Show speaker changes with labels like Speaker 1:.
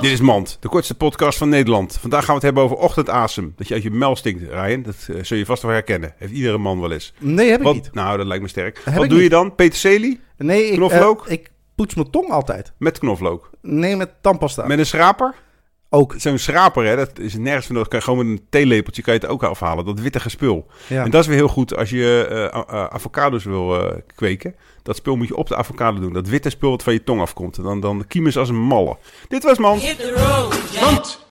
Speaker 1: Dit is Mand, de kortste podcast van Nederland. Vandaag gaan we het hebben over ochtendasem. Dat je uit je mel stinkt, Ryan. Dat eh, zul je vast wel herkennen. Heeft iedere man wel eens.
Speaker 2: Nee, heb ik
Speaker 1: Wat,
Speaker 2: niet.
Speaker 1: Nou, dat lijkt me sterk.
Speaker 2: Heb
Speaker 1: Wat
Speaker 2: ik
Speaker 1: doe je
Speaker 2: niet.
Speaker 1: dan? Peterselie?
Speaker 2: Nee, ik, eh,
Speaker 1: knoflook?
Speaker 2: ik poets mijn tong altijd.
Speaker 1: Met
Speaker 2: Nou.
Speaker 1: knoflook.
Speaker 2: Nee, met tandpasta.
Speaker 1: Met een schraper?
Speaker 2: Ook.
Speaker 1: Zo'n schraper, hè, dat is nergens van nodig. Kan je gewoon met een theelepeltje kan je het ook afhalen. Dat wittige spul.
Speaker 2: Ja.
Speaker 1: En dat is weer heel goed als je eh, a- a- avocados wil eh, kweken. Dat spul moet je op de avocado doen. Dat witte spul wat van je tong afkomt. En Dan, dan kiemen ze als een malle. Dit was Mand.
Speaker 3: Hit the road, Jack.